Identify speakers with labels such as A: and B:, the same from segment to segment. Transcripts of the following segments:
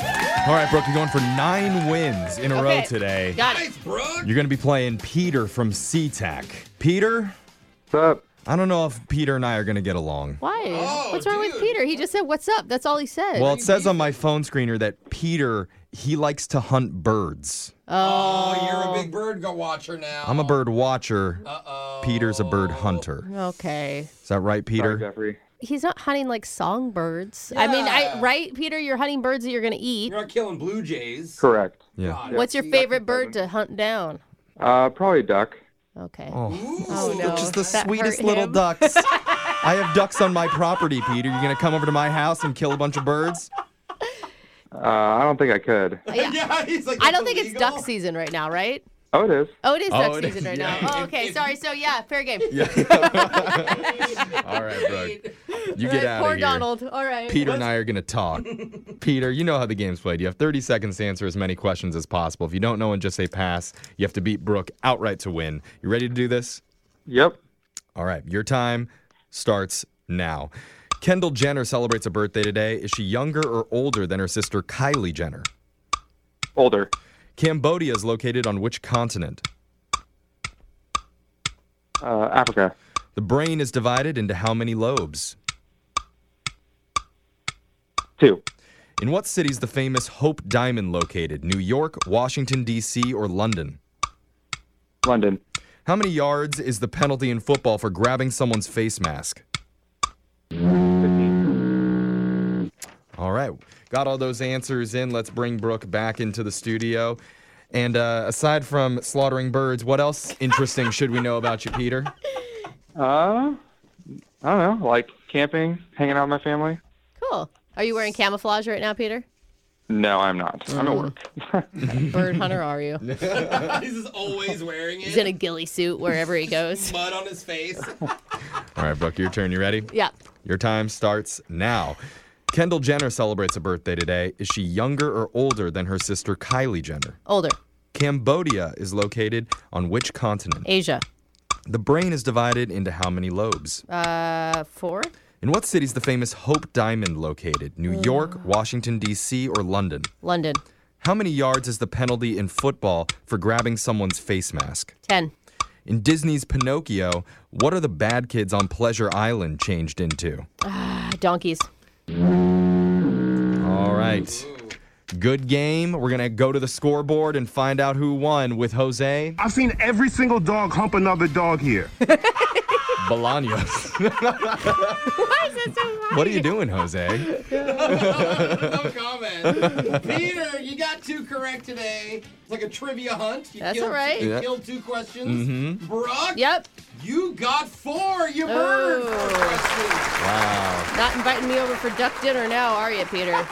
A: All right, Brooke, you're going for nine wins in a row
B: Okay.
A: today.
B: Got it.
C: Nice, Brooke.
A: You're going to be playing Peter from SeaTac. Peter,
D: What's up?
A: I don't know if Peter and I are going to get along.
B: Why?
C: Oh,
B: What's wrong with
C: dude.
B: Peter? He just said, "What's up?" That's all he said.
A: Well, it says on my phone screener that Peter, he likes to hunt birds.
C: Oh, you're a big bird go watcher now.
B: Oh.
A: I'm a bird watcher.
C: Uh-oh.
A: Peter's a bird hunter.
B: okay.
A: Is that right,
D: Sorry,
A: Peter?
D: Jeffrey.
B: He's not hunting like songbirds. I mean, I
C: Yeah.
B: right, Peter? You're hunting birds that you're gonna eat.
C: You're not killing blue jays.
D: Correct.
A: Yeah.
B: What's your favorite bird to hunt down?
D: Uh, probably duck.
B: Okay.
A: Oh,
B: Oh, no.
A: just the
B: That hurt
A: sweetest little
B: him.
A: ducks. I have ducks on my property, Peter. You're going to come over to my house and kill a bunch of birds?
D: Uh, I don't think I could.
B: Yeah.
C: he's like,
B: I
C: "That's
B: don't think it's
C: illegal."
B: duck season right now, right?
D: Oh, it is.
B: Oh, it is
A: Oh,
B: duck
A: it is,
B: season right
A: yeah.
B: now. Oh, okay. Sorry. So yeah, fair game.
A: All right, Brooke. You get out
B: Poor
A: of here.
B: Donald. All right.
A: Peter and I are going to talk. Peter, you know how the game's played. You have 30 seconds to answer as many questions as possible. If you don't know and just say pass, you have to beat Brooke outright to win. You ready to do this?
D: Yep.
A: All right, your time starts now. Kendall Jenner celebrates a birthday today. Is she younger or older than her sister Kylie Jenner?
D: Older.
A: Cambodia is located on which continent?
D: Uh, Africa.
A: The brain is divided into how many lobes?
D: Two.
A: In what city is the famous Hope Diamond located? New York, Washington, D.C., or London?
D: London.
A: How many yards is the penalty in football for grabbing someone's face mask?
D: 15.
A: All right. Got all those answers in. Let's bring Brooke back into the studio. And uh, aside from slaughtering birds, what else interesting should we know about you, Peter?
D: Uh, I don't know. Like camping, hanging out with my family.
B: Cool. Are you wearing camouflage right now, Peter?
D: No, I'm not. I'm at work.
B: Bird hunter, are you?
C: he's just always wearing
B: He's in
C: it.
B: a ghillie suit wherever he goes.
C: Mud on his face.
A: All right, Brooke, your turn. You ready?
B: Yeah.
A: Your time starts now. Kendall Jenner celebrates a birthday today. Is she younger or older than her sister Kylie Jenner?
B: Older.
A: Cambodia is located on which continent?
B: Asia.
A: The brain is divided into how many lobes?
B: Uh, four.
A: In what city is the famous Hope Diamond located? New York, Washington, D.C., or London?
B: London.
A: How many yards is the penalty in football for grabbing someone's face mask?
B: Ten.
A: In Disney's Pinocchio, what are the bad kids on Pleasure Island changed into?
B: Ah, Donkeys.
A: All right. Good game. We're going to go to the scoreboard and find out who won with Jose
E: I've seen every single dog hump another dog here.
A: Bolaños.
B: Why is that so funny?
A: what are you doing, Jose?
C: no comment. Peter, you got two correct today. It's like a trivia hunt. You
B: That's
C: killed,
B: all right.
C: You
A: Yeah. Mm-hmm.
C: killed two questions. Brooke,
B: Yep.
C: you got four. You murdered four
B: Oh.
C: questions.
A: Wow.
B: Not inviting me over for duck dinner now, are you, Peter?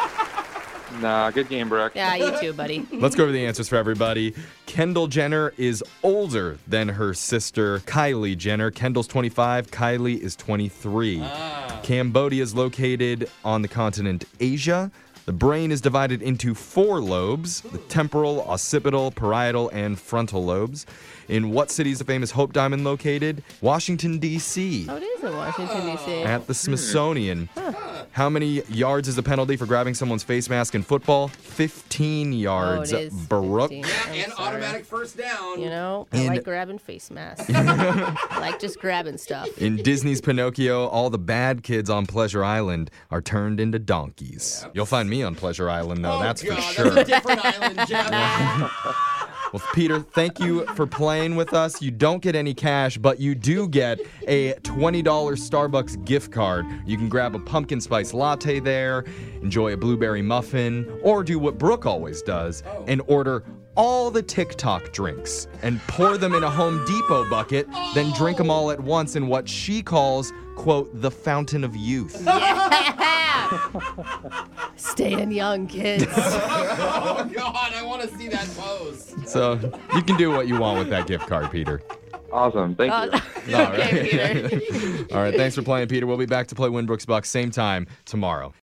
D: Nah, good game, Brooke.
B: Yeah, you too, buddy.
A: Let's go over the answers for everybody. Kendall Jenner is older than her sister Kylie Jenner. Kendall's 25, Kylie is 23.
B: Ah.
A: Cambodia is located on the continent Asia. The brain is divided into four lobes the temporal, occipital, parietal, and frontal lobes. In what city is the famous Hope Diamond located? Washington, D.C.
B: Oh, it is in Washington, D.C.
A: At the Smithsonian. How many yards is the penalty for grabbing someone's face mask in football? 15
B: Oh,
A: yards.
B: it is.
A: Baruch.
B: 15.
C: Yeah,
B: I'm
C: and
B: sorry.
C: automatic first down.
B: You know, I
A: And-
B: like grabbing face masks. I like just grabbing stuff.
A: In Disney's Pinocchio, all the bad kids on Pleasure Island are turned into donkeys. You'll find me on Pleasure Island, though,
C: Oh,
A: that's
C: God,
A: for sure.
C: That's a different island, Jeff.
A: Well, Peter, thank you for playing with us. You don't get any cash, but you do get a $20 Starbucks gift card. You can grab a pumpkin spice latte there, enjoy a blueberry muffin, or do what Brooke always does and order all the TikTok drinks and pour them in a Home Depot bucket, then drink them all at once in what she calls, quote, the fountain of youth.
B: Staying young, kids.
C: Oh, God, I want to see that pose.
A: So you can do what you want with that gift card, Peter.
D: Awesome. Thank you.
A: All right. All right. Thanks for playing, Peter. We'll be back to play Winbrook's Bucks same time tomorrow.